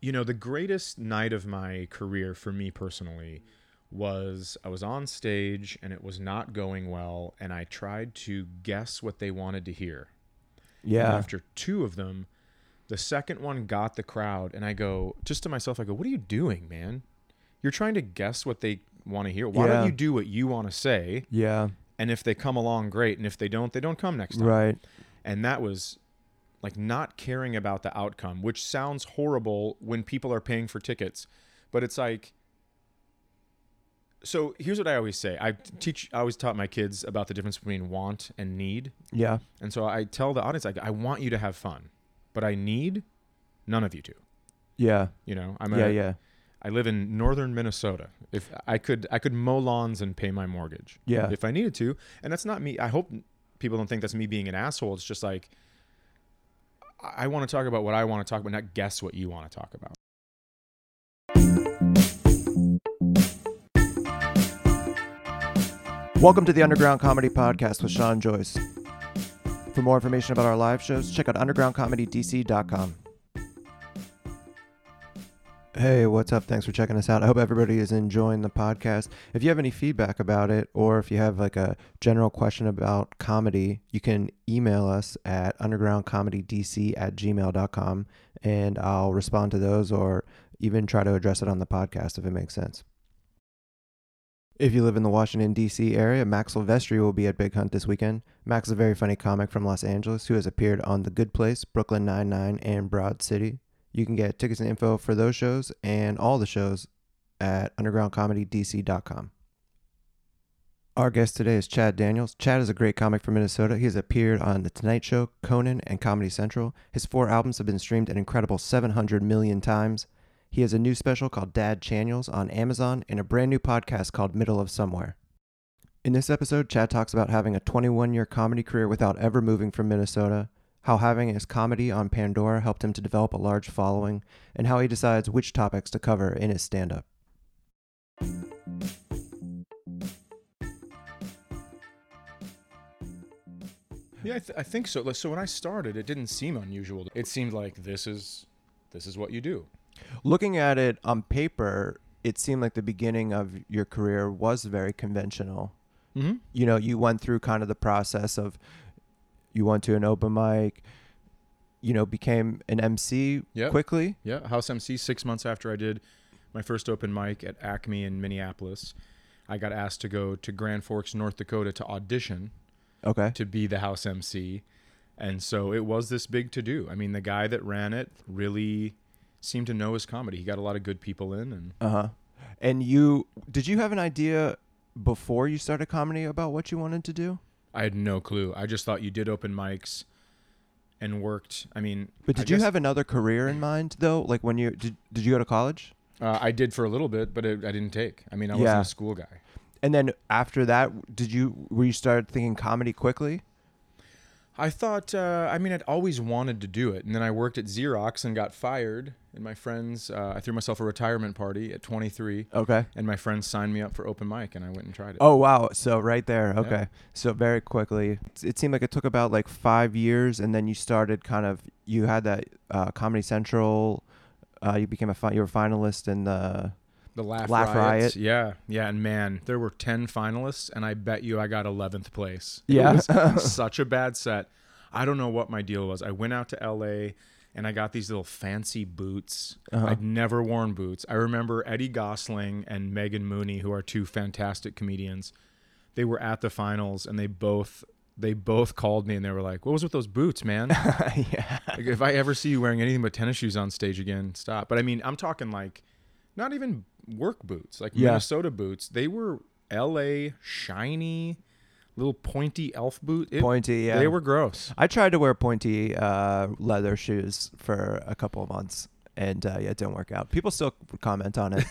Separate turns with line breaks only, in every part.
you know, the greatest night of my career for me personally was I was on stage and it was not going well, and I tried to guess what they wanted to hear. And
Yeah.
after two of them, the second one got the crowd, and I go just to myself, I go, "What are you doing, man? You're trying to guess what they want to hear. Why
Yeah.
don't you do what you want to say?
Yeah.
And if they come along, great. And if they don't, they don't come next time."
Right.
and that was like not caring about the outcome which sounds horrible when people are paying for tickets but it's like so here's what i always say i teach i always taught my kids about the difference between want and need
Yeah.
and so i tell the audience like i want you to have fun but i need none of you to
Yeah.
you know i'm
Yeah.
a,
Yeah.
i live in northern minnesota if i could i could mow lawns and pay my mortgage
Yeah.
if I needed to. And that's not me. I hope people don't think that's me being an asshole. It's just like I want to talk about what I want to talk about, not guess what you want to talk about.
Welcome to the Underground Comedy Podcast with Sean Joyce. For more information about our live shows, check out undergroundcomedydc.com. Hey, what's up? Thanks for checking us out. I hope everybody is enjoying the podcast. If you have any feedback about it, or if you have like a general question about comedy, you can email us at undergroundcomedydc at gmail.com and I'll respond to those or even try to address it on the podcast if it makes sense. If you live in the Washington, D.C. area, Max Silvestri will be at Big Hunt this weekend. Max is a very funny comic from Los Angeles who has appeared on The Good Place, Brooklyn Nine-Nine, and Broad City. You can get tickets and info for those shows and all the shows at undergroundcomedydc.com. Our guest today is Chad Daniels. Chad is a great comic from Minnesota. He has appeared on The Tonight Show, Conan, and Comedy Central. His four albums have been streamed an incredible 700 million times. He has a new special called Dad Channels on Amazon and a brand new podcast called Middle of Somewhere. In this episode, Chad talks about having a 21 year comedy career without ever moving from Minnesota, how having his comedy on Pandora helped him to develop a large following, and how he decides which topics to cover in his stand up.
Yeah, I, th- I think so. Like, So when I started, it didn't seem unusual. It seemed like this is this is what you do.
Looking at it on paper, it seemed like the beginning of your career was very conventional.
Mm-hmm.
you know, you went through kind of the process of you went to an open mic, you know, became an MC
Yep.
quickly.
Yeah, House MC. Six months after I did my first open mic at Acme in Minneapolis, I got asked to go to Grand Forks, North Dakota, to audition
Okay.
to be the house MC. And so it was this big to do. I mean, the guy that ran it really seemed to know his comedy. He got a lot of good people in and
Uh huh. And you did you have an idea before you started comedy about what you wanted to do?
I had no clue. I just thought you did open mics and worked. I mean,
But
I
did you
guess,
have another career in mind though? Like when you did, did you go to college?
uh, I did for a little bit, but it, I didn't take. I mean, I
Yeah.
wasn't a school guy.
And then after that, did you were you started thinking comedy quickly?
I thought, uh, I mean, I'd always wanted to do it. And then I worked at Xerox and got fired. And my friends, uh, I threw myself a retirement party at 23.
Okay.
And my friends signed me up for open mic and I went and tried it.
Oh wow! So right there, okay. So very quickly, It's- it seemed like it took about like five years, and then you started kind of you had that uh, Comedy Central. Uh, you became a fi- you were a finalist in the
The Laugh,
Laugh
Riots. Yeah, yeah, and man, there were ten finalists, and I bet you I got eleventh place.
Yeah.
it was such a bad set. I don't know what my deal was. I went out to L.A. and I got these little fancy boots.
Uh-huh.
I'd never worn boots. I remember Eddie Gosling and Megan Mooney, who are two fantastic comedians. They were at the finals, and they both they both called me, and they were like, "What was with those boots, man?"
yeah
Like, if I ever see you wearing anything but tennis shoes on stage again, stop. But I mean, I'm talking like not even work boots, like
Yeah.
Minnesota boots. They were LA shiny little pointy elf boot. It-
pointy. Yeah,
They were gross.
I tried to wear pointy uh, leather shoes for a couple of months, and uh, yeah, it didn't work out. People still comment on it.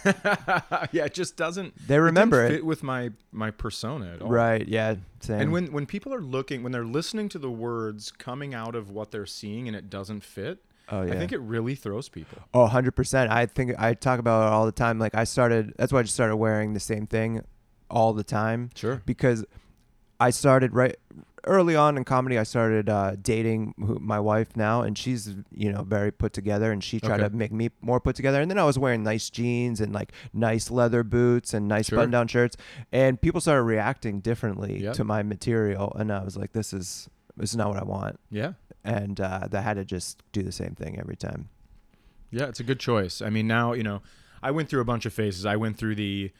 yeah, it just doesn't it
They
didn't
remember it,
fit with my my persona at all.
right? Yeah, same.
And when when people are looking, when they're listening to the words coming out of what they're seeing and it doesn't fit,
oh yeah.
I think it really throws people.
Oh, 100%. I think I talk about it all the time. Like, I started, that's why I just started wearing the same thing all the time
Sure.
because I started right early on in comedy, I started uh, dating who, my wife now, and she's you know very put together, and she tried
Okay.
to make me more put together. And then I was wearing nice jeans and like nice leather boots and nice
Sure.
button-down shirts, and people started reacting differently
Yep.
to my material, and I was like, this is this is not what I want,
Yeah.
and uh, I had to just do the same thing every time.
Yeah, it's a good choice. I mean, now, you know, I went through a bunch of phases. I went through the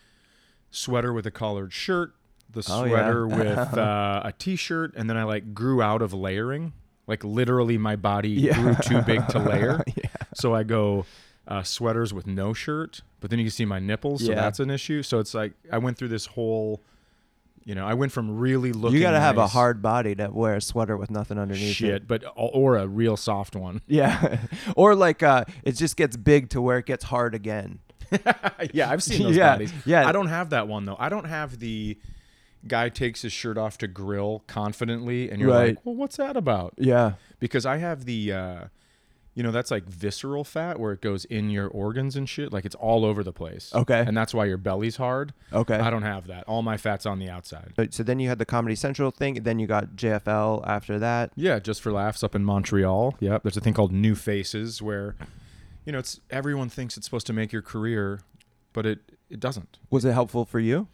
sweater with a collared shirt, the
Oh, yeah.
sweater with uh, a t shirt, and then I like grew out of layering. Like literally, my body
Yeah.
grew too big to layer.
yeah.
So I go uh, sweaters with no shirt, but then you can see my nipples. So
Yeah.
that's an issue. So it's like I went through this whole, you know, I went from really looking.
you got to have a
nice-
hard body to wear a sweater with nothing underneath it.
shit, but or a real soft one.
Yeah. or like uh it just gets big to where it gets hard again.
yeah, I've seen those
Yeah,
bodies.
yeah.
I don't have that one though. I don't have the guy takes his shirt off to grill confidently, and you're
Right.
like, well, what's that about?
Yeah.
Because I have the, uh, you know, that's like visceral fat where it goes in your organs and shit, like it's all over the place.
Okay.
and that's why your belly's hard.
Okay.
I don't have that. All my fat's on the outside.
But- So then you had the Comedy Central thing, then you got JFL after that.
Yeah, just for laughs up in Montreal. Yep, there's a thing called New Faces where, you know, it's everyone thinks it's supposed to make your career, but it it doesn't.
Was it helpful for you?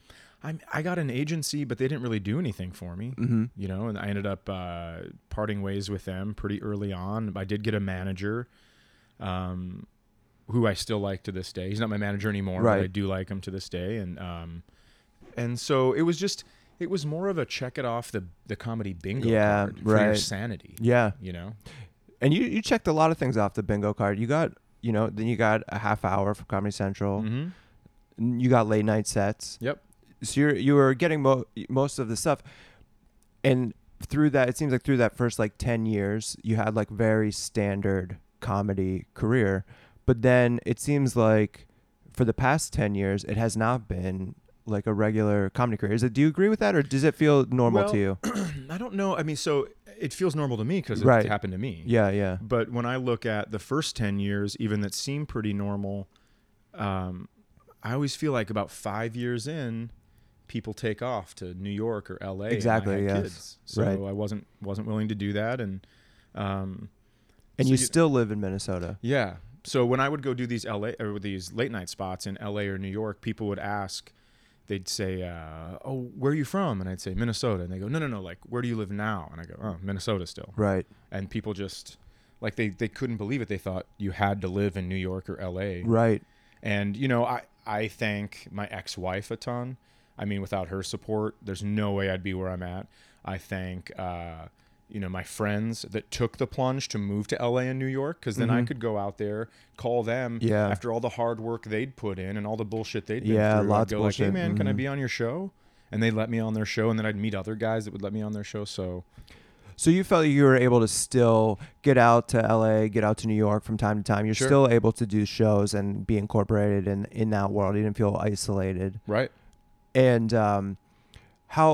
I'm, I got an agency, but they didn't really do anything for me, mm-hmm. you know. And I ended up uh, parting ways with them pretty early on. I did get a manager, um, who I still like to this day. He's not my manager anymore,
Right.
but I do like him to this day. And um, and so it was just, it was more of a check it off the the comedy bingo
Yeah,
card for your
right.
sanity,
Yeah.
you know.
And you you checked a lot of things off the bingo card. You got, you know, then you got a half hour for Comedy Central.
Mm-hmm.
N- You got late night sets.
Yep.
So you you were getting mo- most of the stuff. And through that it seems like through that first like 10 years, you had like very standard comedy career. But then it seems like for the past 10 years, it has not been like a regular comedy career. Is it, do you agree with that or does it feel normal
Well-
to you?
I don't know. I mean, so it feels normal to me because it
Right.
happened to me.
Yeah, yeah.
But when I look at the first 10 years, even that seem pretty normal, um, I always feel like about five years in, people take off to New York or LA. and I
Exactly,
had
yes.
Kids. So
Right.
I wasn't wasn't willing to do that, and um,
And
So
you
you-
still live in Minnesota.
yeah. So when I would go do these LA or these late night spots in LA or New York, people would ask. They'd say, uh, "Oh, where are you from?" And I'd say Minnesota, and they go, "No, no, no. Like, where do you live now?" And I go, "Oh, Minnesota still."
Right.
and people just like they they couldn't believe it they thought you had to live in new york or la
Right.
and you know i i thank my ex-wife a ton i mean without her support there's no way i'd be where i'm at i thank uh you know my friends that took the plunge to move to la and new york because then i could go out there call them
Mm-hmm. Yeah.
after all the hard work they'd put in and all the bullshit they'd been
Yeah,
through I'd
lots of
go like hey
bullshit. Mm-hmm.
man can i be on your show and they let me on their show and then i'd meet other guys that would let me on their show so
So you felt you were able to still get out to LA, get out to New York from time to time. You're
Sure.
still able to do shows and be incorporated in in that world. You didn't feel isolated.
right
And um, how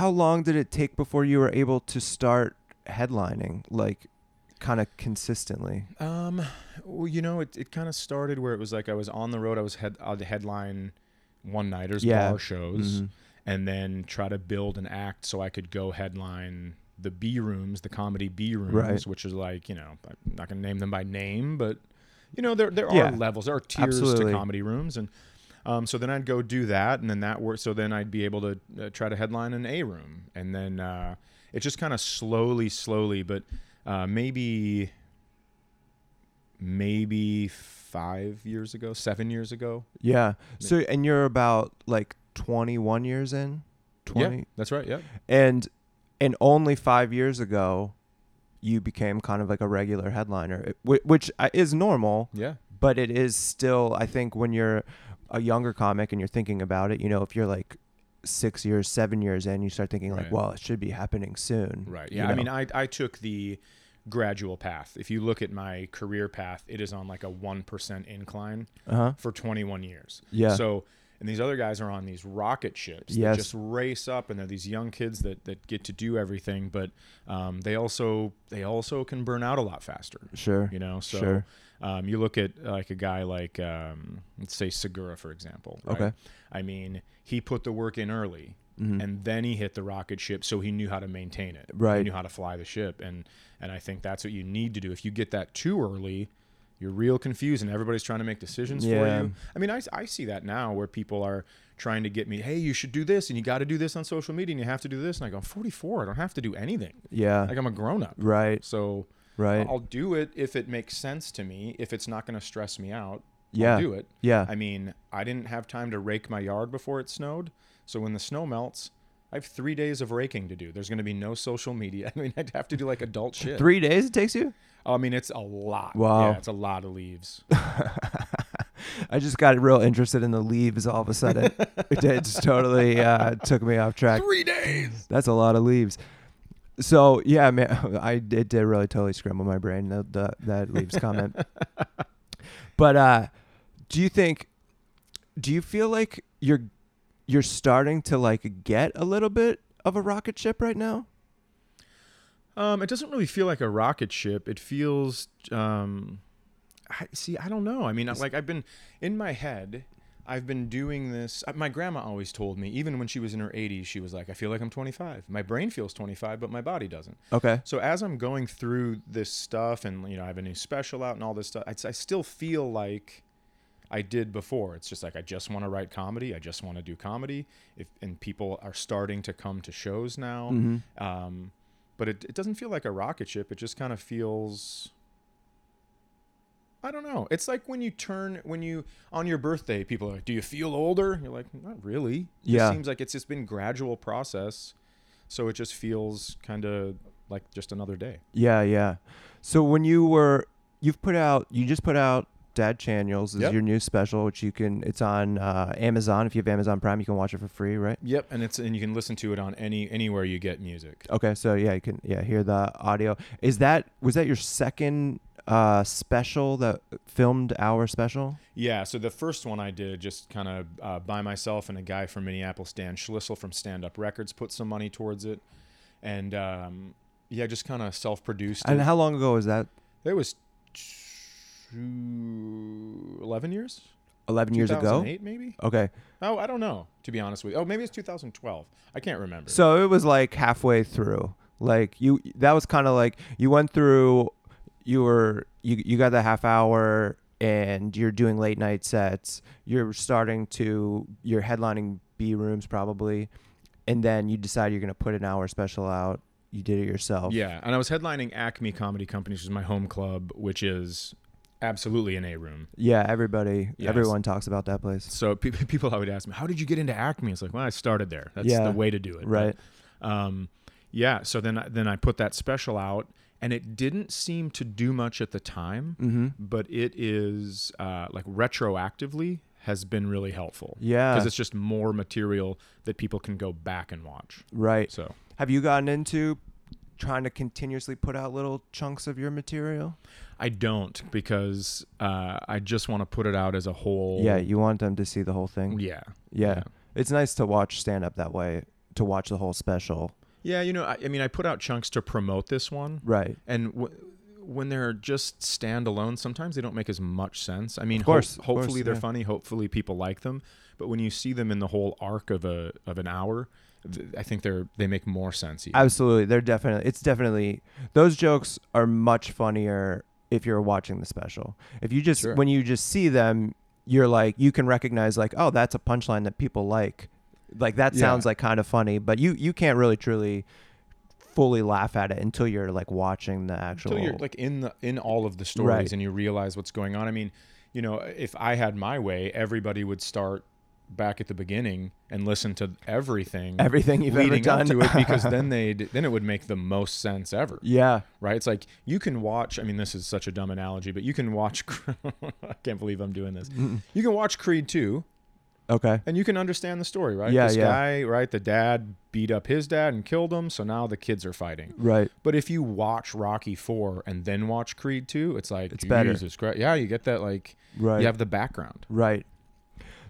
how long did it take before you were able to start headlining, like kind of consistently?
Um, well, you know, it, it kind of started where it was like I was on the road. I was head I'd headline one nighters,
Yeah. Mm-hmm.
bar shows, and then try to build an act so I could go headline the B rooms, the comedy B rooms,
Right.
which is like you know I'm not gonna name them by name, but you know there there
Yeah.
are levels, there are tiers
Absolutely.
to comedy rooms, and um, so then I'd go do that, and then that worked. So then I'd be able to uh, try to headline an A room, and then uh, it just kind of slowly, slowly, but uh, maybe maybe five years ago, seven years ago.
Yeah. So and you're about like 21 years in, 20,
Yeah, that's right. Yeah,
and and only five years ago, you became kind of like a regular headliner, whi- which I- is normal.
yeah,
but it is still i think when you're a younger comic and you're thinking about it you know if you're like six years seven years in you start thinking like
Right.
well it should be happening soon
right.
you
Yeah, I
know?
mean, I I took the gradual path. If you look at my career path, it is on like a one percent incline
uh-huh
for 21 years.
Yeah.
So and these other guys are on these rocket ships
Yes.
that just race up, and they're these young kids that that get to do everything, but um, they also they also can burn out a lot faster.
Sure.
You know, so
Sure.
um, you look at uh, like a guy like um, let's say Segura for example. Right?
Okay. Mm-hmm.
I mean, he put the work in early, and then he hit the rocket ship, so he knew how to maintain it.
Right.
He knew how to fly the ship, and and I think that's what you need to do. If you get that too early. You're real confused, and everybody's trying to make decisions
Yeah.
for you. I mean, I, I see that now where people are trying to get me, hey, you should do this, and you got to do this on social media, and you have to do this. And I go, I'm 44. I don't have to do anything.
Yeah.
Like, I'm a grown up.
right.
So
Right.
I'll do it if it makes sense to me. If it's not going to stress me out,
Yeah.
I'll do it.
yeah.
I mean, I didn't have time to rake my yard before it snowed. So when the snow melts, I have three days of raking to do. There's going to be no social media. I mean, I'd have to do like adult shit.
Three days it takes you?
I mean, it's a lot.
Wow.
Yeah, it's a lot of leaves.
I just got real interested in the leaves all of a sudden. it did- just totally uh, took me off track.
three days.
That's a lot of leaves. So yeah, man, I it did really totally scramble my brain the, the that leaves comment. but uh, do you think? Do you feel like you're you're starting to like get a little bit of a rocket ship right now?
Um, it doesn't really feel like a rocket ship. It feels, um, I see. I don't know. I mean, like I've been in my head. I've been doing this. uh, My grandma always told me, even when she was in her 80s, she was like, "I feel like I'm 25. My brain feels 25, but my body doesn't."
Okay.
So as I'm going through this stuff, and you know, I have a new special out and all this stuff, I, I still feel like I did before. It's just like I just want to write comedy. I just want to do comedy. If and people are starting to come to shows now, um, but it, it doesn't feel like a rocket ship. It just kind of feels. I don't know. It's like when you turn when you on your birthday, people are like, "Do you feel older?" And you're like, "Not really."
Yeah.
It seems like it's just been gradual process, so it just feels kind of like just another day.
Yeah, yeah. So when you were you've put out you just put out Dad Channels is
Yep.
your new special, which you can it's on uh, Amazon. If you have Amazon Prime, you can watch it for free, right?
Yep, and it's and you can listen to it on any anywhere you get music.
Okay, so yeah, you can yeah hear the audio. Is that was that your second uh, special that filmed hour special?
Yeah, so the first one I did just kind of uh, by myself and a guy from Minneapolis, Dan Schlissel from Stand Up Records, put some money towards it, and um, yeah, just kind of self-produced.
And
it.
how long ago was that?
it was two, eleven years,
Eleven years ago.
2008 maybe.
Okay,
Oh, I don't know. To be honest with you, oh maybe it's 2012. I can't remember.
so it was like halfway through. Like you, that was kind of like you went through. You were you you got the half hour, and you're doing late night sets. You're starting to you're headlining B rooms probably, and then you decide you're gonna put an hour special out. You did it yourself.
Yeah, and I was headlining Acme Comedy Company, which is my home club, which is absolutely an A room.
Yeah, everybody,
Yes.
everyone talks about that place.
So pe- people always ask me, "How did you get into Acme?" It's like, well, I started there. That's
Yeah.
the way to do it, But,
Right.
um, yeah. So then, I- then I put that special out, and it didn't seem to do much at the time,
Mm. Mm-hmm.
but it is uh, like retroactively has been really helpful.
Yeah.
because it's just more material that people can go back and watch.
Right.
So
Have you gotten into trying to continuously put out little chunks of your material?
I don't because uh, I just want to put it out as a whole.
Yeah, you want them to see the whole thing.
yeah,
Yeah.
yeah.
It's nice to watch stand up that way, to watch the whole special.
Yeah, you know, I, I mean, I put out chunks to promote this one.
Right.
And w- when they're just standalone, sometimes they don't make as much sense. I mean,
Of course,
hope-
of course,
hopefully they're
yeah.
funny. Hopefully people like them. But when you see them in the whole arc of a of an hour, th- I think they're they make more sense. even.
Absolutely. They're definitely it's definitely those jokes are much funnier if you're watching the special. If you just
Sure.
when you just see them, you're like you can recognize like, oh, that's a punchline that people like. Like that
Yeah.
sounds like kind of funny, but you you can't really truly fully laugh at it until you're like watching the actual
until you're like in the in all of the stories
Right.
and you realize what's going on. I mean, you know, if I had my way, everybody would start back at the beginning and listen to everything
everything you've ever
leading
done.
up to it because then they'd then it would make the most sense ever.
yeah.
right? It's like you can watch. I mean, this is such a dumb analogy, but you can watch. I can't believe I'm doing this. You can watch Creed 2
Okay.
and you can understand the story, right?
Yeah,
this
yeah.
guy, right? The dad beat up his dad and killed him, so now the kids are fighting.
Right.
But if you watch Rocky 4 and then watch Creed 2, it's like
It's better.
Jesus Christ. Yeah, you get that like
Right.
you have the background.
Right.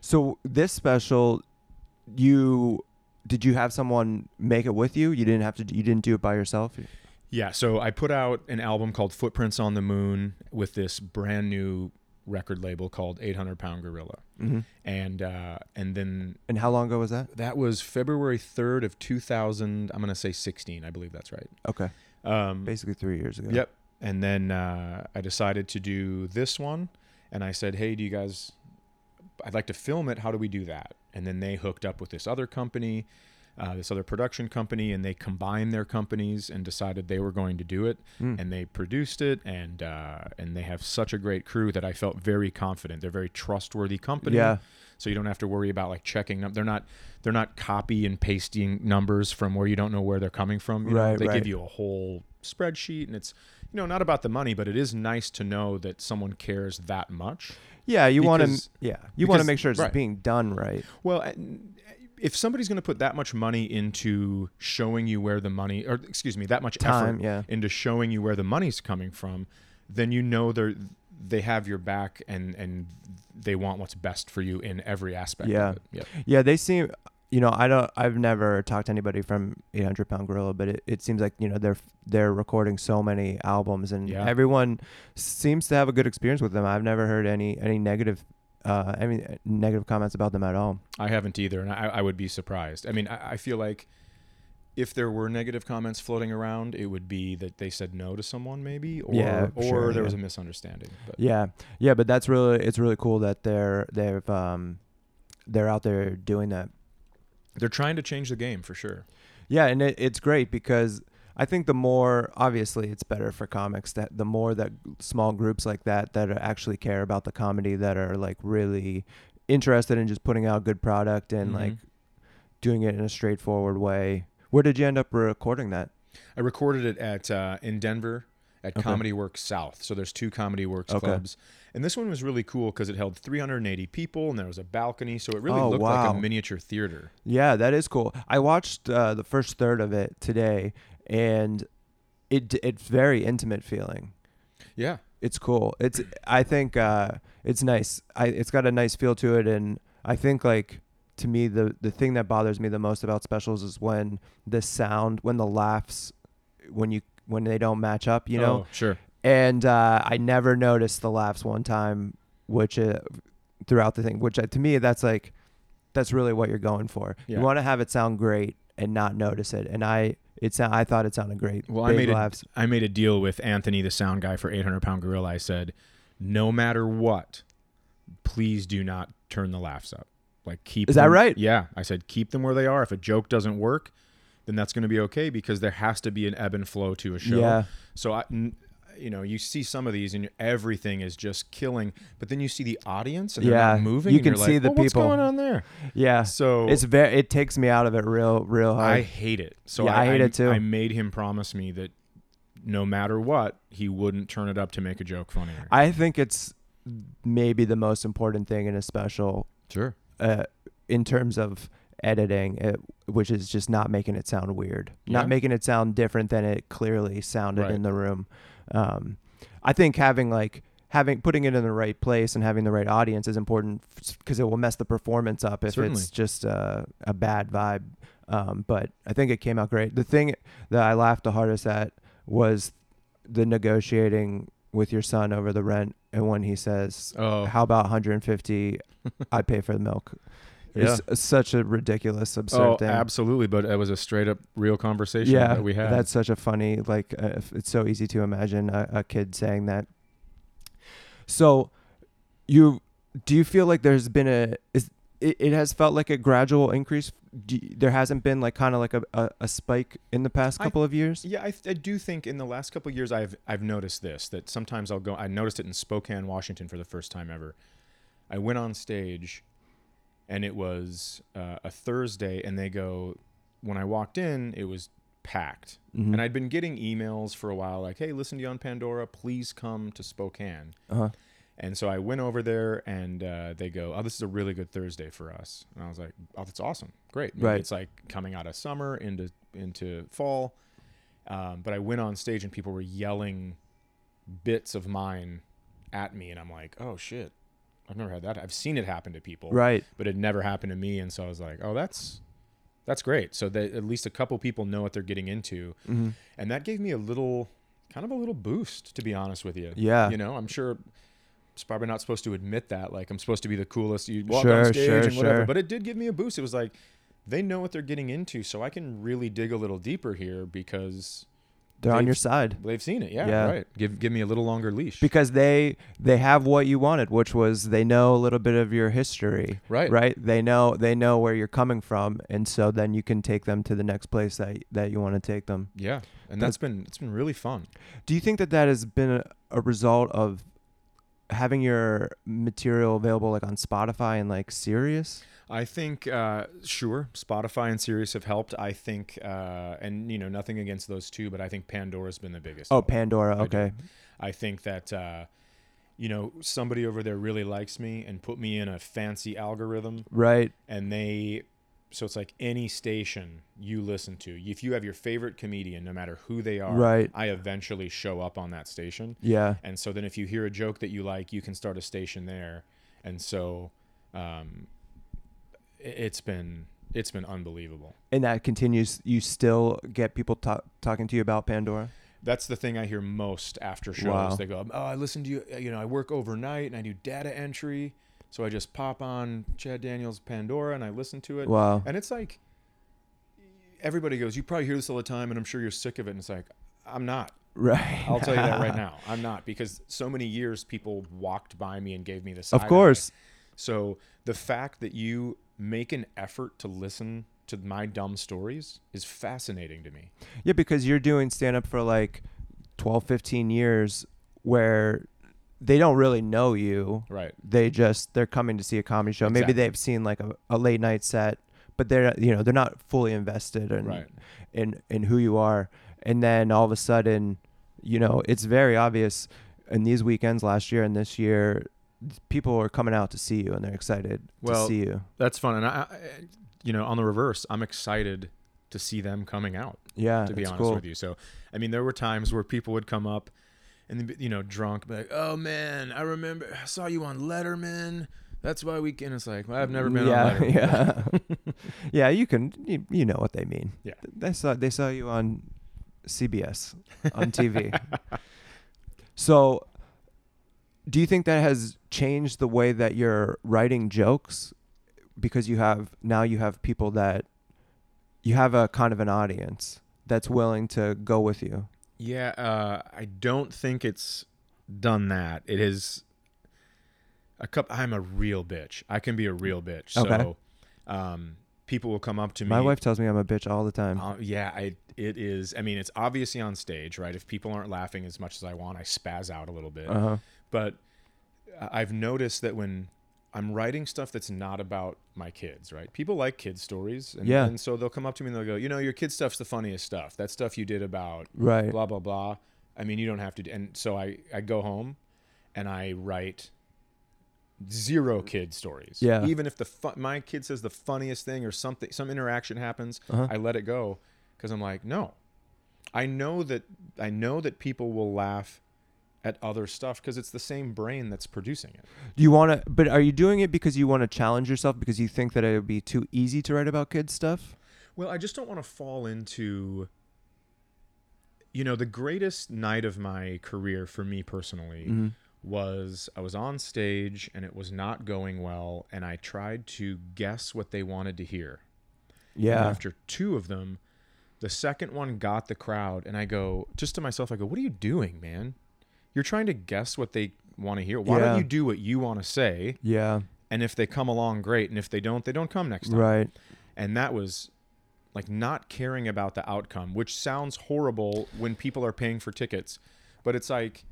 So this special, you did you have someone make it with you? You didn't have to. You didn't do it by yourself.
Yeah, so I put out an album called Footprints on the Moon with this brand new record label called 800 Pound Gorilla,
Mhm.
and uh, and then
And how long ago was that?
that was February 3rd of 2000. I'm gonna say 16. I believe that's right.
Okay,
Um,
basically three years ago.
Yep. And then uh, I decided to do this one, and I said, "Hey, do you guys? I'd like to film it. How do we do that?" And then they hooked up with this other company, uh, this other production company, and they combined their companies and decided they were going to do it.
Mm.
And they produced it, and uh, and they have such a great crew that I felt very confident. They're a very trustworthy company
Yeah.
so you don't have to worry about like checking them. They're not they're not copy and pasting numbers from where you don't know where they're coming from. You know?
Right,
They
right.
give you a whole spreadsheet, and it's you know not about the money, but it is nice to know that someone cares that much.
Yeah, you want to.
Because-
Yeah, you want to
because-
make sure it's
right.
being done right.
Well. and eh, if somebody's going to put that much money into showing you where the money, or excuse me, that much
Time,
effort
yeah.
into showing you where the money's coming from, then you know they're they have your back and and they want what's best for you in every aspect.
Yeah.
of it. Yep.
Yeah, they seem. You know, I don't. I've never talked to anybody from 800 Pound Gorilla, but it, it seems like you know they're they're recording so many albums, and
Yeah.
everyone seems to have a good experience with them. I've never heard any any negative, uh, I mean, uh, negative comments about them at all.
I haven't either, and I, I would be surprised. I mean, I, I feel like if there were negative comments floating around, it would be that they said no to someone, maybe, or
Yeah,
or
sure,
there was a
yeah.
misunderstanding. But
Yeah, yeah, but that's really it's really cool that they're they've um they're out there doing that.
they're trying to change the game for sure.
Yeah, and it, it's great because I think the more obviously it's better for comics that the more that small groups like that that are actually care about the comedy that are like really interested in just putting out good product and
Mhm.
like doing it in a straightforward way. Where did you end up recording that?
I recorded it at uh, in Denver at
Okay.
Comedy Works South. So there's two Comedy Works
Okay.
clubs, and this one was really cool because it held 380 people, and there was a balcony, so it really
Oh,
looked like
wow.
a miniature theater.
Yeah, that is cool. I watched uh, the first third of it today, and it it's very intimate feeling.
Yeah,
it's cool. It's I think uh, it's nice. I it's got a nice feel to it, and I think like to me the the thing that bothers me the most about specials is when the sound, when the laughs, when you when they don't match up, you know.
Oh, sure.
And uh, I never noticed the laughs one time, which uh, throughout the thing, which uh, to me that's like that's really what you're going for. You
Yeah.
want to have it sound great and not notice it. And I it's I thought it sounded great.
Well,
Big
I made
laughs.
a I made a deal with Anthony, the sound guy for 800 Pound Gorilla. I said, no matter what, please do not turn the laughs up. Like keep
Is that
them-
right?
Yeah, I said keep them where they are. If a joke doesn't work, then that's going to be okay because there has to be an ebb and flow to a show.
Yeah.
So I. N- you know, you see some of these, and everything is just killing. But then you see the audience, and they're
Yeah,
not moving.
you
and you're
can
like,
see the
"Well, what's
people."
going on there.
Yeah.
So
it's very it takes me out of it real real hard
I hate it. So
Yeah, I hate it too.
I made him promise me that no matter what, he wouldn't turn it up to make a joke funnier.
i, think it's maybe the most important thing in a special
sure.
uh, in terms of editing it, which is just not making it sound weird
Yeah.
not making it sound different than it clearly sounded
Right.
in the room um, i think having like having putting it in the right place and having the right audience is important because it will mess the performance up if
Certainly.
it's just a, a bad vibe um, but i think it came out great the thing that i laughed the hardest at was the negotiating with your son over the rent and when he says
Oh,
how about 150 i pay for the milk it's such a ridiculous absurd
oh,
thing
absolutely. But it was a straight up real conversation
yeah
that we had.
that's such a funny like uh, if- it's so easy to imagine a, a kid saying that so you do you feel like there's been a is it, it has felt like a gradual increase do you- there hasn't been like kind of like a, a, a spike in the past
I-
couple of years
yeah, I, I do think in the last couple of years, I've I've noticed this that sometimes I'll go. I noticed it in Spokane, Washington, for the first time ever. I went on stage, and it was uh, a Thursday, and they go. When I walked in, it was packed.
Mhm.
And I'd been getting emails for a while like, hey, listen to you on Pandora. Please come to Spokane.
uh-huh.
And so I went over there and uh, they go, oh, this is a really good Thursday for us. And I was like, oh, that's awesome. Great. Maybe
Right.
It's like coming out of summer into, into fall. Um, but I went on stage and people were yelling bits of mine at me. And I'm like, oh, shit. I've never had that. I've seen it happen to people,
Right.
but it never happened to me. And so I was like, oh, that's that's great. So that at least a couple people know what they're getting into,
Mm-hmm.
and that gave me a little, kind of a little boost, to be honest with you.
Yeah.
You know, I'm sure it's probably not supposed to admit that. Like I'm supposed to be the coolest. You walk
Sure,
on stage
sure,
and whatever.
sure.
But it did give me a boost. It was like they know what they're getting into, so I can really dig a little deeper here because
They're on
They've-
your side.
they've seen it. Yeah,
Yeah.
right. Give give me a little longer leash.
because they they have what you wanted which was they know a little bit of your history
Right.
right they know they know where you're coming from and so then you can take them to the next place that that you want to take them
yeah, and
That's-
that's been it's been really fun.
do you think that that has been a, a result of having your material available like on spotify and like serious
I think, uh, sure, Spotify and Sirius have helped. I think, uh, and you know, nothing against those two, but I think Pandora's been the biggest.
oh
help.
pandora
I do.
okay
I think that, uh, you know, somebody over there really likes me and put me in a fancy algorithm,
right
and they, so it's like any station you listen to, if you have your favorite comedian, no matter who they are,
Right.
I eventually show up on that station.
yeah
And so then if you hear a joke that you like, you can start a station there. And so um, i- it's been it's been unbelievable.
and that continues you still get people ta- talking to you about pandora
That's the thing I hear most after shows.
Wow.
They go, "Oh, I listen to you, you know, I work overnight and I do data entry, so I just pop on Chad Daniels Pandora and I listen to it."
wow
And it's like everybody goes, "You probably hear this all the time and I'm sure you're sick of it." And it's like, "I'm not.
right
I'll tell you that right now. I'm not because so many years people walked by me and gave me the side
of course
So the fact that you make an effort to listen to my dumb stories is fascinating to me.
Yeah, because you're doing stand up for like 12, 15 years where they don't really know you.
Right.
They just they're coming to see a comedy show. Maybe
Exactly.
they've seen like a, a late night set, but they're you know, they're not fully invested in
Right.
in in who you are. And then all of a sudden, you know, it's very obvious in these weekends last year and this year people are coming out to see you and they're excited
Well,
to see you.
That's fun. And I, I- you know, on the reverse, I'm excited to see them coming out,
Yeah.
to be
it's
honest
cool.
with you. So, I mean, there were times where people would come up and, they'd be, you know, drunk, be like, oh man, I remember, I saw you on Letterman. That's why we can. It's like, well, I've never been
yeah,
on Letterman.
Yeah, yeah. You can, you, you know what they mean.
Yeah.
they saw they saw you on CBS on TV. so, do you think that has changed the way that you're writing jokes because you have now you have people that you have a kind of an audience that's willing to go with you?
Yeah, uh, I don't think it's done that. It is a cup. I'm a real bitch. I can be a real bitch.
Okay.
So, um, people will come up to me.
My wife tells me I'm a bitch all the time.
Uh, yeah, I, it is. I mean, it's obviously on stage, right? If people aren't laughing as much as I want, I spaz out a little bit.
Uh huh.
But I- I've noticed that when I'm writing stuff that's not about my kids, right? People like kid stories. And,
Yeah.
and so they'll come up to me and they'll go, you know, your kid stuff's the funniest stuff. That stuff you did about
Right.
blah blah blah i mean you don't have to do, and so i i go home and i write zero kid stories
Yeah.
even if the fu- my kid says the funniest thing or something some interaction happens
Uh-huh.
i let it go because i'm like no i know that i know that people will laugh at other stuff because it's the same brain that's producing it
Do you want to? But are you doing it because you want to challenge yourself because you think that it would be too easy to write about kids stuff?
Well, I just don't want to fall into. You know, the greatest night of my career for me personally
Mm-hmm.
was I was on stage and it was not going well, and I tried to guess what they wanted to hear. And
Yeah.
after two of them, the second one got the crowd, and I go, just to myself, I go, what are you doing, man? You're trying to guess what they want to hear. Why
Yeah.
don't you do what you want to say?
Yeah.
And if they come along, great. And if they don't, they don't come next time
Right.
and that was like not caring about the outcome which sounds horrible when people are paying for tickets but it's like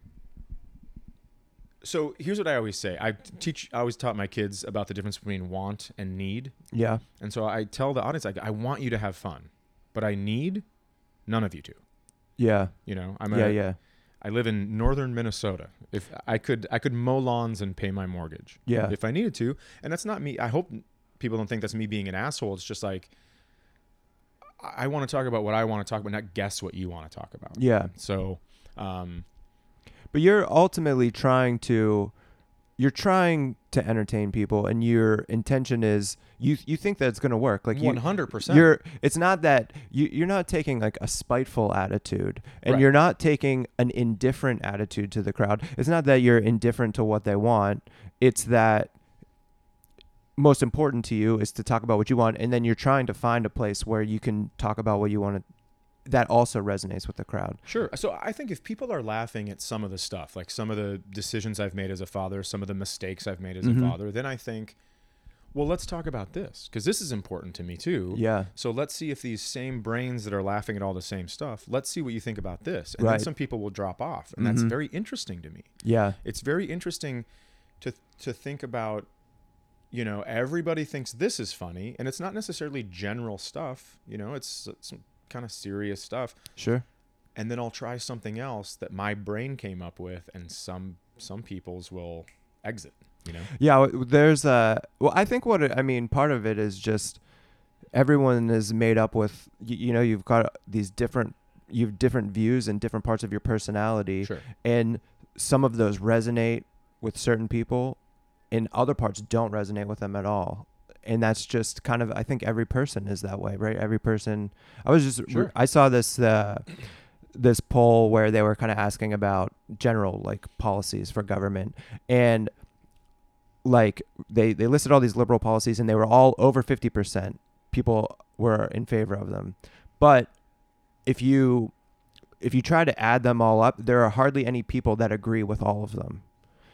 so here's what i always say i teach i always taught my kids about the difference between want and need
Yeah.
and so i tell the audience like i want you to have fun but i need none of you to
Yeah.
you know i'm a,
Yeah. Yeah.
i live in northern minnesota if i could i could mow lawns and pay my mortgage
Yeah.
if I needed to. And that's not me. I hope people don't think that's me being an asshole. It's just like I, I want to talk about what I want to talk about, not guess what you want to talk about.
Yeah.
So, um,
But you're ultimately trying to you're trying to entertain people and your intention is you you think that's going to work like you,
One hundred percent.
you're it's not that you, you're not taking like a spiteful attitude and
Right.
you're not taking an indifferent attitude to the crowd it's not that you're indifferent to what they want it's that most important to you is to talk about what you want and then you're trying to find a place where you can talk about what you want to, that also resonates with the crowd
Sure. So I think if people are laughing at some of the stuff, like some of the decisions I've made as a father, some of the mistakes I've made as
Mhm.
a father, then I think, well, let's talk about this because this is important to me too.
yeah
So let's see if these same brains that are laughing at all the same stuff, let's see what you think about this. And
Right.
then some people will drop off. And that's
Mhm.
very interesting to me.
yeah
It's very interesting to to think about you know, everybody thinks this is funny and it's not necessarily general stuff, you know, it's some kind of serious stuff
sure
and then I'll try something else that my brain came up with and some some people's will exit, you know.
Yeah, w- there's a. Well, I think what it, I mean, part of it is just everyone is made up with you, you know you've got these different you've different views and different parts of your personality,
Sure.
and some of those resonate with certain people, and other parts don't resonate with them at all. And that's just kind of I think every person is that way, right? Every person. I was just
Sure.
I saw this. Uh, this poll where they were kind of asking about general like policies for government and like they they listed all these liberal policies and they were all over 50% people were in favor of them but if you if you try to add them all up there are hardly any people that agree with all of them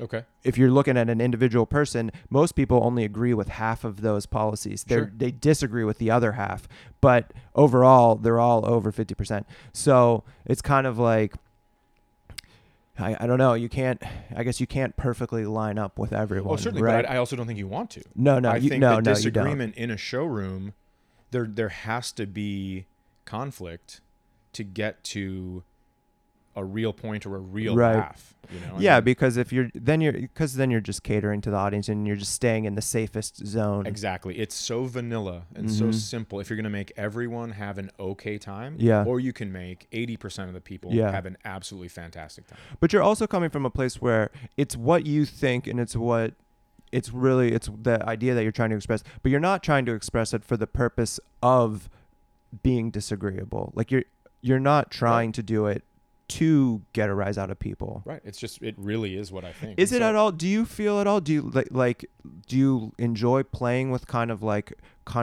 Okay.
if you're looking at an individual person, most people only agree with half of those policies. They
Sure.
they disagree with the other half, but overall they're all over 50%. So, it's kind of like I, I don't know, you can't I guess you can't perfectly line up with everyone,
Well, certainly,
right?
but I, I also don't think you want to.
no, no,
I
you,
think
no,
the
no, you don't.
disagreement in a showroom, there there has to be conflict to get to a real point or a real
Right.
laugh. You know? I
Yeah,
mean,
because if you're then you're because then you're just catering to the audience and you're just staying in the safest zone.
exactly. It's so vanilla and so
Mhm.
simple. If you're going to make everyone have an okay time,
Yeah.
or you can make 80% of the people
Yeah.
have an absolutely fantastic time.
but you're also coming from a place where it's what you think and it's what it's really it's the idea that you're trying to express but you're not trying to express it for the purpose of being disagreeable like you're you're not trying to do it to get a rise out of people
Right. It's just, it really is what I think.
is
And
it
so-
at all do you feel at all do you li- like do you enjoy playing with kind of like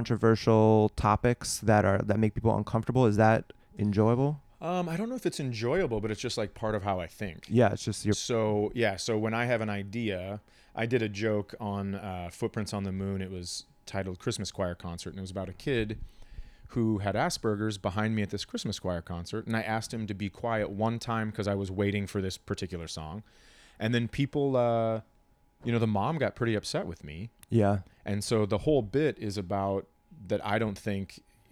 controversial topics that are that make people uncomfortable is that enjoyable
Um, I don't know if it's enjoyable, but it's just like part of how I think.
yeah it's just your
So yeah, so when I have an idea, I did a joke on uh, Footprints on the Moon. It was titled Christmas Choir Concert, and it was about a kid who had Asperger's behind me at this Christmas Choir concert, and I asked him to be quiet one time because I was waiting for this particular song, and then people, uh, you know, the mom got pretty upset with me,
yeah
and so the whole bit is about that I don't think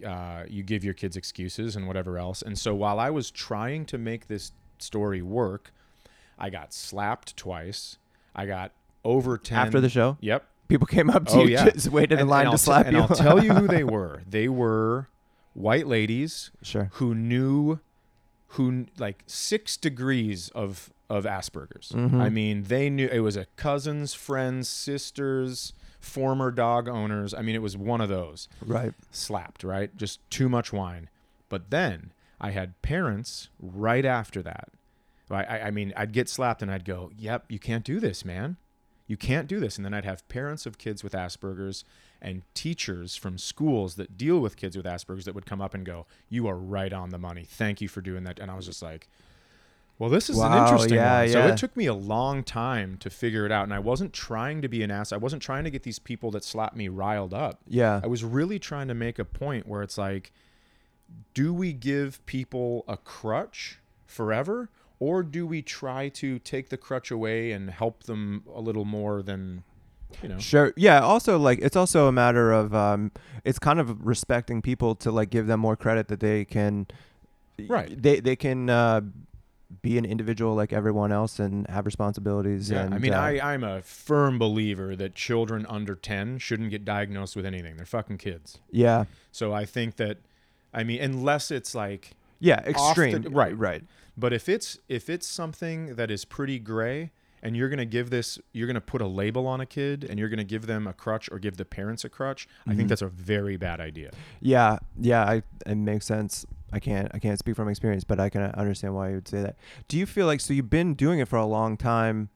uh, you give your kids excuses and whatever else. And so while I was trying to make this story work, I got slapped twice. I got over 10.
after the show
Yep.
people came up to
Oh,
you,
yeah.
just waited in
And-
line
and
to
I'll
slap
t-
you.
And I'll tell you who they were. They were white ladies
sure.
who knew who kn- like six degrees of of asperger's i mean they knew it was a cousin's friends sisters former dog owners i mean it was one of those
Right.
slapped right just too much wine but then i had parents right after that I, I, I mean i'd get slapped and i'd go yep you can't do this man you can't do this and then i'd have parents of kids with asperger's and teachers from schools that deal with kids with asperger's that would come up and go you are right on the money thank you for doing that and i was just like well this is
Wow,
an interesting
yeah,
one so
yeah.
it took me a long time to figure it out and i wasn't trying to be an ass i wasn't trying to get these people that slapped me riled up
Yeah.
I was really trying to make a point where it's like, do we give people a crutch forever, or do we try to take the crutch away and help them a little more than, you know?
Sure. Yeah. Also, like, it's also a matter of, um, it's kind of respecting people to like give them more credit that they can,
Right.
They they can uh, be an individual like everyone else and have responsibilities.
Yeah,
and,
I mean,
uh,
I, I'm a firm believer that children under 10 shouldn't get diagnosed with anything. They're fucking kids.
yeah,
So I think that, I mean, unless it's like,
yeah,
off the-
extreme.
right.
Right.
But if it's if it's something that is pretty gray and you're going to give this you're going to put a label on a kid and you're going to give them a crutch or give the parents a crutch i think that's a very bad idea
Yeah, yeah, I, it makes sense. I can't I can't speak from experience, but I can understand why you would say that. Do you feel like so you've been doing it for a long time?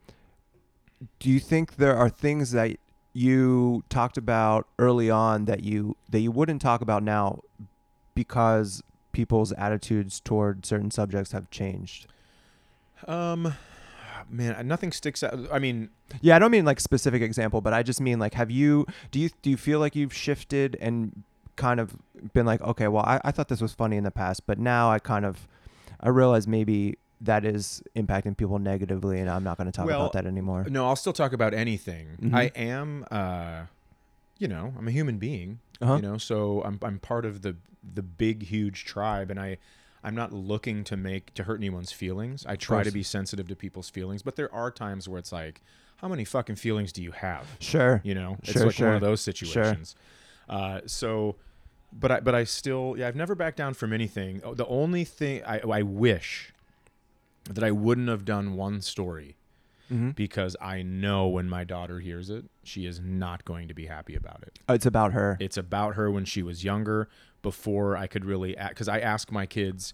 Do you think there are things that you talked about early on that you that you wouldn't talk about now because people's attitudes toward certain subjects have changed?
um man nothing sticks out i mean
Yeah, I don't mean like specific example, but I just mean like have you do you do you feel like you've shifted and kind of been like, okay, well I, I thought this was funny in the past, but now I kind of I realize maybe that is impacting people negatively and I'm not gonna talk
Well,
about that anymore.
no i'll still talk about anything
Mhm.
i am uh you know i'm a human being
Uh-huh.
uh, you know so I'm, I'm part of the the big huge tribe and i i'm not looking to make to hurt anyone's feelings i try to
course.
be sensitive to people's feelings but there are times where it's like how many fucking feelings do you have
Sure.
you know it's
Sure,
like one
sure.
of those situations uh, so but i but i still yeah i've never backed down from anything Oh, the only thing i, I wish that i wouldn't have done one story
Mhm.
because i know when my daughter hears it she is not going to be happy about it
Oh, It's about her.
it's about her when she was younger before i could really because i ask my kids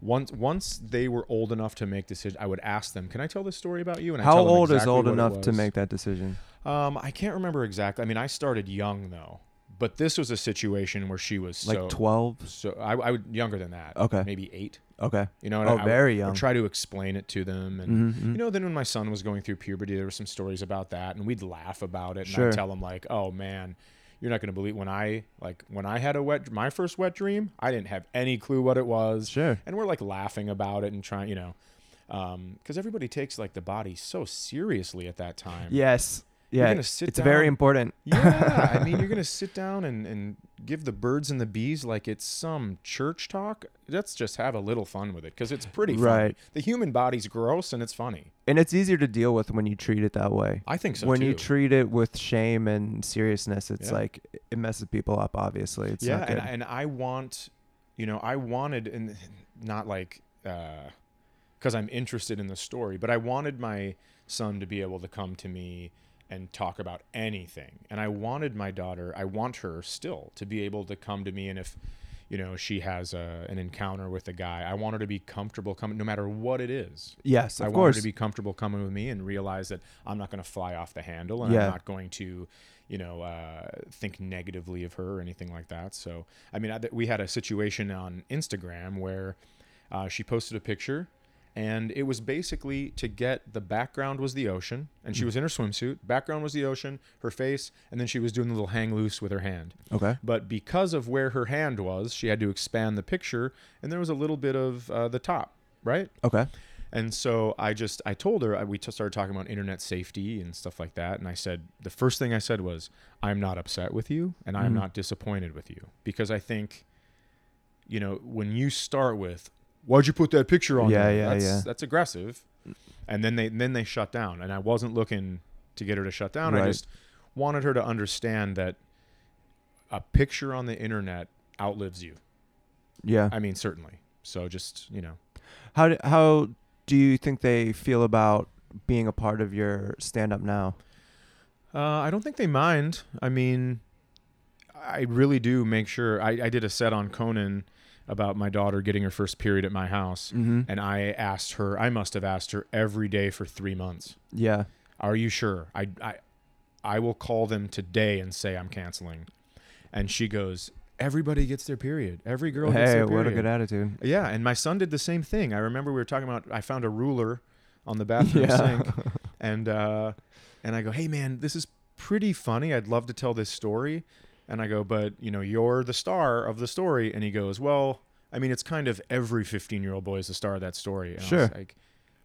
once once they were old enough to make decisions i would ask them can i tell this story about you and I
How
tell them
old
exactly
is old
what it
enough to
was.
make that decision?
Um, I can't remember exactly. I mean, I started young though, but this was a situation where she was
Like
so,
twelve?
so I, I would younger than that.
Okay.
maybe eight.
Okay.
You know, and
Oh,
I, I
very
would
young.
try to explain it to them, and
Mhm, mhm.
you know, then when my son was going through puberty, there were some stories about that, and we'd laugh about it, and
Sure.
I'd tell him like, "Oh man." You're not going to believe when I like when I had a wet my first wet dream. I didn't have any clue what it was,
Sure.
and we're like laughing about it and trying, you know, because everybody takes like the body so seriously at that time.
Yes. Yeah.
gonna sit
it's very
down-
important.
Yeah, I mean, you're gonna sit down and and give the birds and the bees like it's some church talk. Let's just have a little fun with it because it's pretty funny.
Right.
The human body's gross and it's funny.
And it's easier to deal with when you treat it that way.
I think so
when
too.
you treat it with shame and seriousness, it's
Yeah.
like it messes people up. Obviously, it's
yeah,
not good.
and and I want, you know, I wanted and not like because I'm interested in the story, but I wanted my son to be able to come to me and talk about anything, and I wanted my daughter, I want her still to be able to come to me, and if you know she has a, an encounter with a guy, I want her to be comfortable coming, no matter what it is.
yes,
I
of
want
course.
her to be comfortable coming with me and realize that I'm not going to fly off the handle and
Yeah.
I'm not going to, you know, uh, think negatively of her or anything like that. So, I mean, I, th- we had a situation on Instagram where uh, she posted a picture and it was basically to get the background was the ocean and
Mm.
she was in her swimsuit, background was the ocean, her face, and then she was doing the little hang loose with her hand.
okay.
But because of where her hand was, she had to expand the picture and there was a little bit of uh, the top, right?
Okay.
And so I just I told her I, we t- started talking about internet safety and stuff like that, and I said the first thing I said was I'm not upset with you, and I'm
Mhm.
not disappointed with you because I think, you know, when you start with why'd you put that picture on?
Yeah,
there?
yeah,
that's,
yeah.
That's aggressive, and then they then they shut down, and I wasn't looking to get her to shut down.
Right.
I just wanted her to understand that a picture on the internet outlives you.
Yeah.
I mean, certainly. So just you know.
How do, how do you think they feel about being a part of your stand up now?
Uh, I don't think they mind. I mean, I really do make sure. I, I did a set on Conan about my daughter getting her first period at my house,
Mm-hmm.
and I asked her. I must have asked her every day for three months.
Yeah.
Are you sure? I I, I will call them today and say I'm canceling, and she goes. Everybody gets their period. Every girl gets
Hey,
their
what
period.
a good attitude.
Yeah, and my son did the same thing. I remember we were talking about I found a ruler on the bathroom
Yeah.
sink, and uh, and I go, hey man, this is pretty funny. I'd love to tell this story, and I go, but you know, you're the star of the story, and he goes, well, I mean, it's kind of every 15 year old boy is the star of that story. And I
Sure.
was like,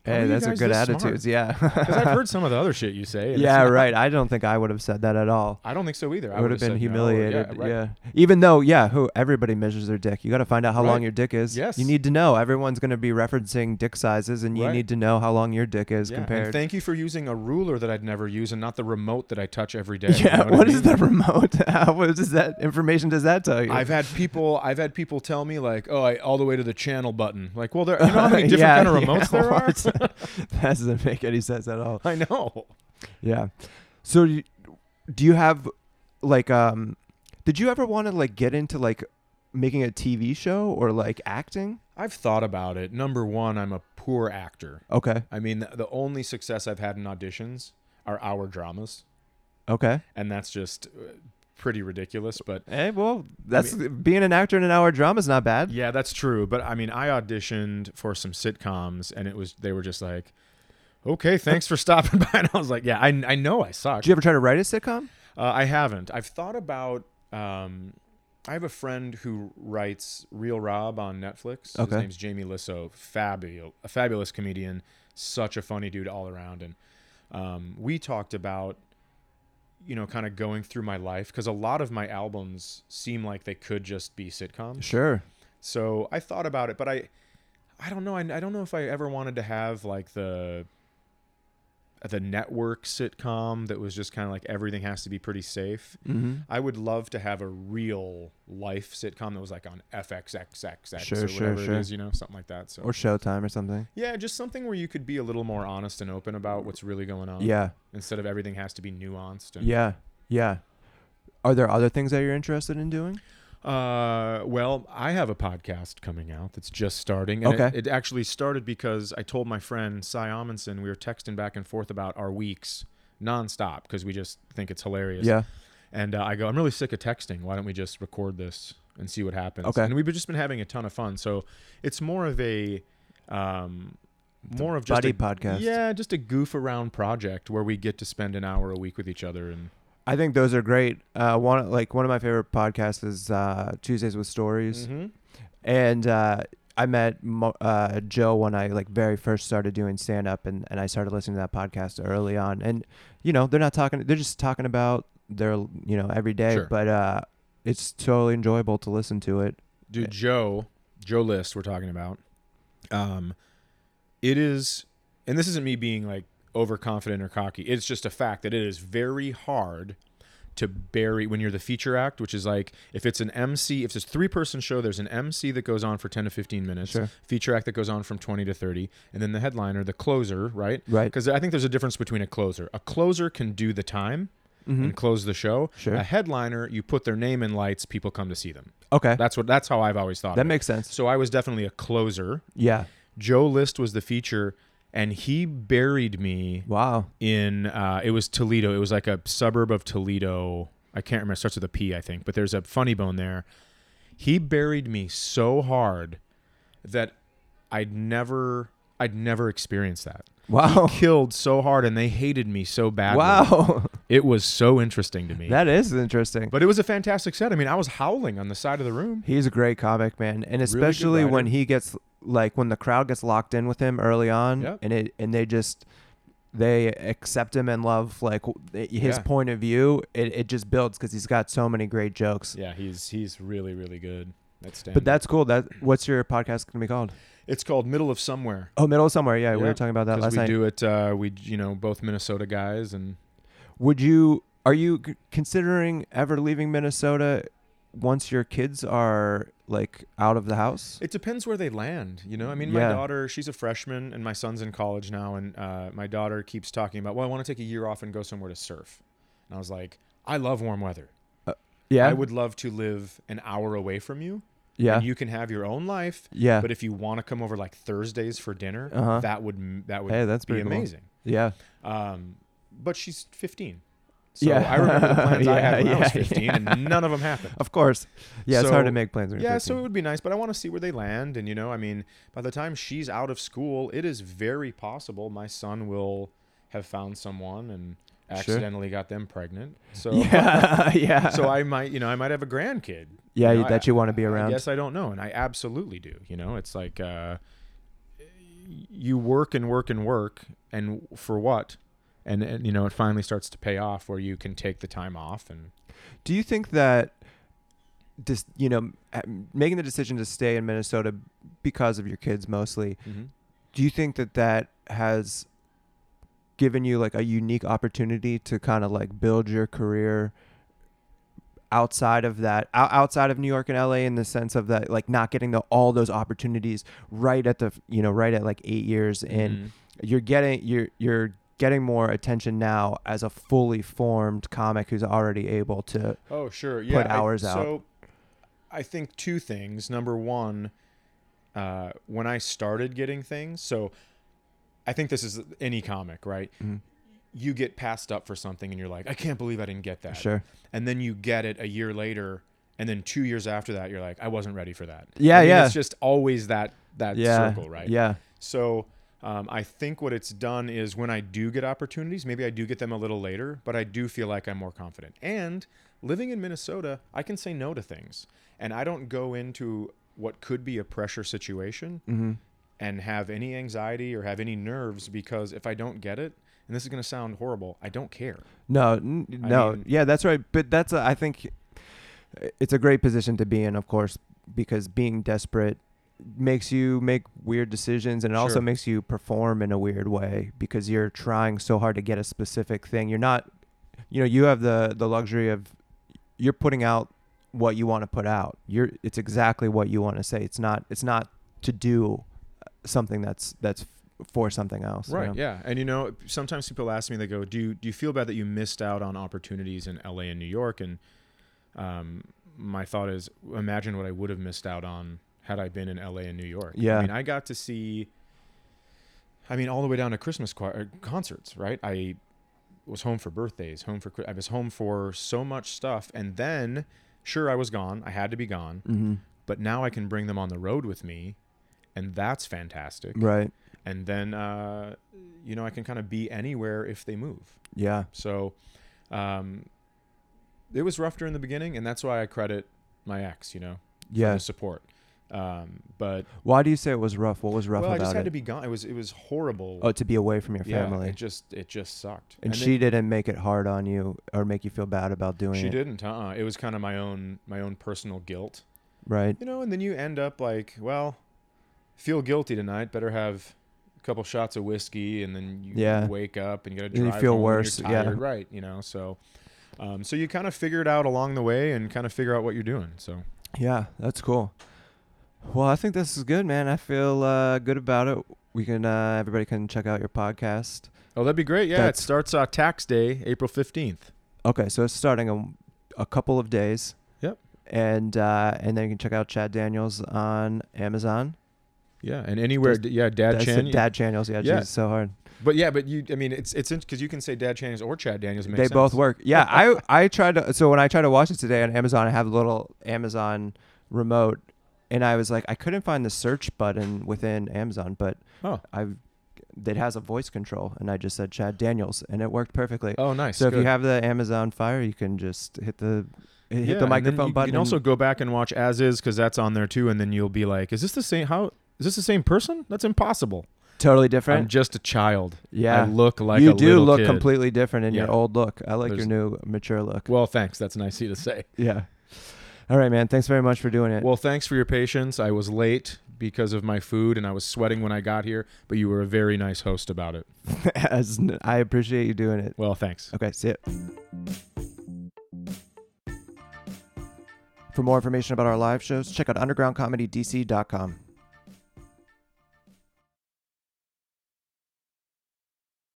Hey, that's a good attitude.
attitude. Because I've
Yeah.
heard some of the other shit you say. and
yeah.
it's-
Right. I don't think I would have said that at all.
I don't think so either.
I would have been
said no, or-
humiliated. yeah,
right.
Even though, yeah, who everybody measures their dick. You got to find out how long
Right.
your dick is.
Yes.
You need to know. Everyone's going to be referencing dick sizes, and you
Right.
need to know how long your dick is
Yeah, and
compared.
thank you for using a ruler that I'd never use and not the remote that I touch every day. you
yeah.
know
What
I
is
mean?
the remote? How- what does that information does that tell you?
I've had people I've had people tell me like, oh, I, all the way to the channel button. Like, well, there you know how many different
Yeah,
kind of
yeah,
remotes there are.
what's that doesn't make any sense at all.
I know.
Yeah. So you- do you have like um did you ever want to like get into like making a TV show or like acting?
I've thought about it. Number one, I'm a poor actor.
Okay.
I mean, the, the only success I've had in auditions are hour dramas,
Okay.
and that's just uh, pretty ridiculous. But
Hey, well, that's being an actor in an hour drama is not bad.
yeah, that's true. But I mean, I auditioned for some sitcoms, and it was they were just like, "Okay, thanks for stopping by." And I was like, "Yeah, I, I know I suck."
Did you ever try to write a sitcom?
Uh, I haven't. I've thought about. Um, I have a friend who writes Real Rob on Netflix.
Okay.
His name's Jamie Lissow. Fabulous, a fabulous comedian. Such a funny dude all around. And um, we talked about, you know, kind of going through my life because a lot of my albums seem like they could just be sitcoms.
Sure.
So I thought about it, but I, I don't know. I, I don't know if I ever wanted to have like the, the network sitcom that was just kind of like everything has to be pretty safe.
Mhm.
I would love to have a real life sitcom that was like on FXXXX
Sure,
or
sure,
whatever
sure.
it is, you know, something like that. So
Or Showtime or something.
yeah, just something where you could be a little more honest and open about what's really going on.
Yeah.
Instead of everything has to be nuanced. And,
Yeah. Yeah. Are there other things that you're interested in doing?
Uh, well, I have a podcast coming out that's just starting. and it-
Okay.
It, actually started because I told my friend Cy Amundsen, we were texting back and forth about our weeks nonstop because we just think it's hilarious.
Yeah.
And uh, I go, I'm really sick of texting. Why don't we just record this and see what happens?
Okay.
And we've just been having a ton of fun. So it's more of a, um, more of just
buddy
a
podcast.
Yeah, just a goof around project where we get to spend an hour a week with each other. And
I think those are great. Uh, one like one of my favorite podcasts is uh, Tuesdays with Stories,
Mm-hmm.
and uh, I met Mo- uh, Joe when I like very first started doing stand up, and and I started listening to that podcast early on. And you know they're not talking; they're just talking about their you know every day,
Sure.
but uh, it's totally enjoyable to listen to it.
dude, Joe, Joe List, we're talking about. Um, it is, and this isn't me being like overconfident or cocky. It's just a fact that it is very hard to bury when you're the feature act, which is like if it's an MC, if it's a three person show, there's an MC that goes on for 10 to 15 minutes,
Sure.
feature act that goes on from 20 to 30, and then the headliner, the closer, right?
Right.
Because I think there's a difference between a closer. A closer can do the time
Mm-hmm.
and close the show.
Sure.
A headliner, you put their name in lights, people come to see them.
Okay,
That's what that's how I've always thought.
that
of it.
makes sense.
So I was definitely a closer.
Yeah.
Joe List was the feature, and he buried me
Wow.
in uh, it was Toledo. It was like a suburb of Toledo. I can't remember. It starts with a P, I think. But there's a funny bone there. He buried me so hard that I'd never, I'd never experienced that.
Wow.
Killed so hard, and they hated me so badly.
Wow.
it was so interesting to me.
that is interesting.
but it was a fantastic set. I mean, I was howling on the side of the room.
He's a great comic, man, and especially when
writer.
he gets like when the crowd gets locked in with him early on,
Yep.
and it and they just they accept him and love like w- his
Yeah.
point of view. It, it just builds because he's got so many great jokes.
Yeah, he's he's really really good. That's
But that's cool. That what's your podcast gonna be called?
it's called Middle of Somewhere.
Oh, middle of somewhere. Yeah, we
Yeah,
were talking about that
Because
last
we
night.
do it. Uh, we you know both Minnesota guys and
Would you are you c- considering ever leaving Minnesota once your kids are like out of the house?
It depends where they land, you know. I mean,
Yeah.
my daughter, she's a freshman, and my son's in college now, and uh, my daughter keeps talking about, well, I want to take a year off and go somewhere to surf. And I was like, I love warm weather.
Yeah,
I would love to live an hour away from you.
Yeah,
and you can have your own life.
yeah,
But if you want to come over like Thursdays for dinner,
Uh-huh.
that would m- that would
Hey, that's
be
pretty cool.
amazing.
yeah.
Um, but she's 15. So
Yeah.
I remember the plans I had when
Yeah,
I was
yeah,
15, and none of them happened.
Of course. Yeah, it's hard to
So-
make plans. When you're
Yeah,
15.
so it would be nice, but I want to see where they land. And, you know, I mean, by the time she's out of school, it is very possible my son will have found someone and accidentally got them pregnant. So,
yeah, yeah.
so I might, you know, I might have a grandkid.
yeah,
know,
that
I-
you want to be
I
around.
guess I don't know. And I absolutely do. You know, it's like uh, you work and work and work, and for what? And, and, you know, it finally starts to pay off where you can take the time off. And
Do you think that just you know m- making the decision to stay in Minnesota because of your kids mostly? Do you think that that has given you like a unique opportunity to kind of like build your career outside of that ou- outside of New York and LA in the sense of that like not getting the, all those opportunities right at the you know right at like 8 years
Mm-hmm.
in you're getting you're you're getting more attention now as a fully formed comic who's already able to
Oh, sure. Yeah.
hours
I,
out.
So I think two things. Number one, uh, when I started getting things, so I think this is any comic, right?
Mm-hmm.
You get passed up for something and you're like, I can't believe I didn't get that.
Sure.
And then you get it a year later. And then two years after that, you're like, I wasn't ready for that.
Yeah,
I mean,
yeah.
It's just always that that
yeah
circle, right?
yeah
So um, I think what it's done is when I do get opportunities, maybe I do get them a little later, but I do feel like I'm more confident. And living in Minnesota, I can say no to things. And I don't go into what could be a pressure situation
Mm-hmm.
and have any anxiety or have any nerves because if I don't get it, and this is going to sound horrible, I don't care.
No, n- no,
mean-
yeah, that's right. But that's a, I think it's a great position to be in, of course, because being desperate makes you make weird decisions, and it also
Sure.
makes you perform in a weird way because you're trying so hard to get a specific thing. You're not, you know, you have the the luxury of you're putting out what you want to put out. You're it's exactly what you want to say. It's not it's not to do uh, something that's that's for something else. you
Right.
know?
Yeah. And you know, sometimes people ask me, they go, "Do you, do you feel bad that you missed out on opportunities in LA and New York?" And um, my thought is, imagine what I would have missed out on had I been in LA and New York.
Yeah.
I mean, I got to see. I mean, all the way down to Christmas choir, er, concerts. Right. I was home for birthdays, home for Chri- I was home for so much stuff, and then sure I was gone. I had to be gone,
Mm-hmm.
but now I can bring them on the road with me, and that's fantastic
Right.
and then uh, you know I can kind of be anywhere if they move.
Yeah.
So um, it was rough during the beginning, and that's why I credit my ex, you know, for
Yeah.
the support. Um, but
Why do you say it was rough? What was rough
well, I
about
just had
it?
to be gone. It was it was horrible.
oh, to be away from your
yeah,
family.
it just it just sucked.
and
then
she didn't make it hard on you or make you feel bad about doing
she
it.
didn't. Uh, it was kind of my own my own personal guilt,
Right.
you know. And then you end up like, well, feel guilty tonight. Better have a couple shots of whiskey, and then you
Yeah.
wake up and you got to
And you
drive
feel
home and you're
worse, yeah.
tired, right? You know, so um, so you kind of figure it out along the way and kind of figure out what you're doing. So
Yeah, that's cool. Well, I think this is good, man. I feel uh, good about it. We can uh, everybody can check out your podcast.
oh, that'd be great. Yeah,
That's-
it starts uh, tax day, April fifteenth.
Okay, so it's starting a, a couple of days.
Yep.
And uh, and then you can check out Chad Daniels on Amazon.
Yeah, and anywhere,
Does-
yeah, Dad
That's
Chan.
it, Dad Daniels. Yeah,
Yeah.
geez, so hard.
But yeah, but you, I mean, it's it's because you can say Dad Chan or Chad Daniels. Makes
they
sense.
both work. Yeah, I I tried to. So when I tried to watch it today on Amazon, I have a little Amazon remote, and I was like, I couldn't find the search button within Amazon, but
Oh,
I it has a voice control, and I just said Chad Daniels, and it worked perfectly.
oh, nice.
so if you
good.
have the Amazon Fire, you can just hit the
Yeah,
hit the
and then
microphone
you,
button.
You can also
and-
go back and watch as is because that's on there too, and then you'll be like, "Is this the same? How is this the same person? That's impossible.
totally
I'm
different.
just a child.
yeah,
I look like
you
a
do
little
look
kid.
completely different in your
Yeah.
old look. I like your
There's-
new mature look.
Well, thanks. That's nice of you to say.
yeah. All right, man. Thanks very much for doing it.
Well, thanks for your patience. I was late because of my food, and I was sweating when I got here. But you were a very nice host about it.
As n- I appreciate you doing it.
Well, thanks.
Okay, see it. For more information about our live shows, check out undergroundcomedydc.com.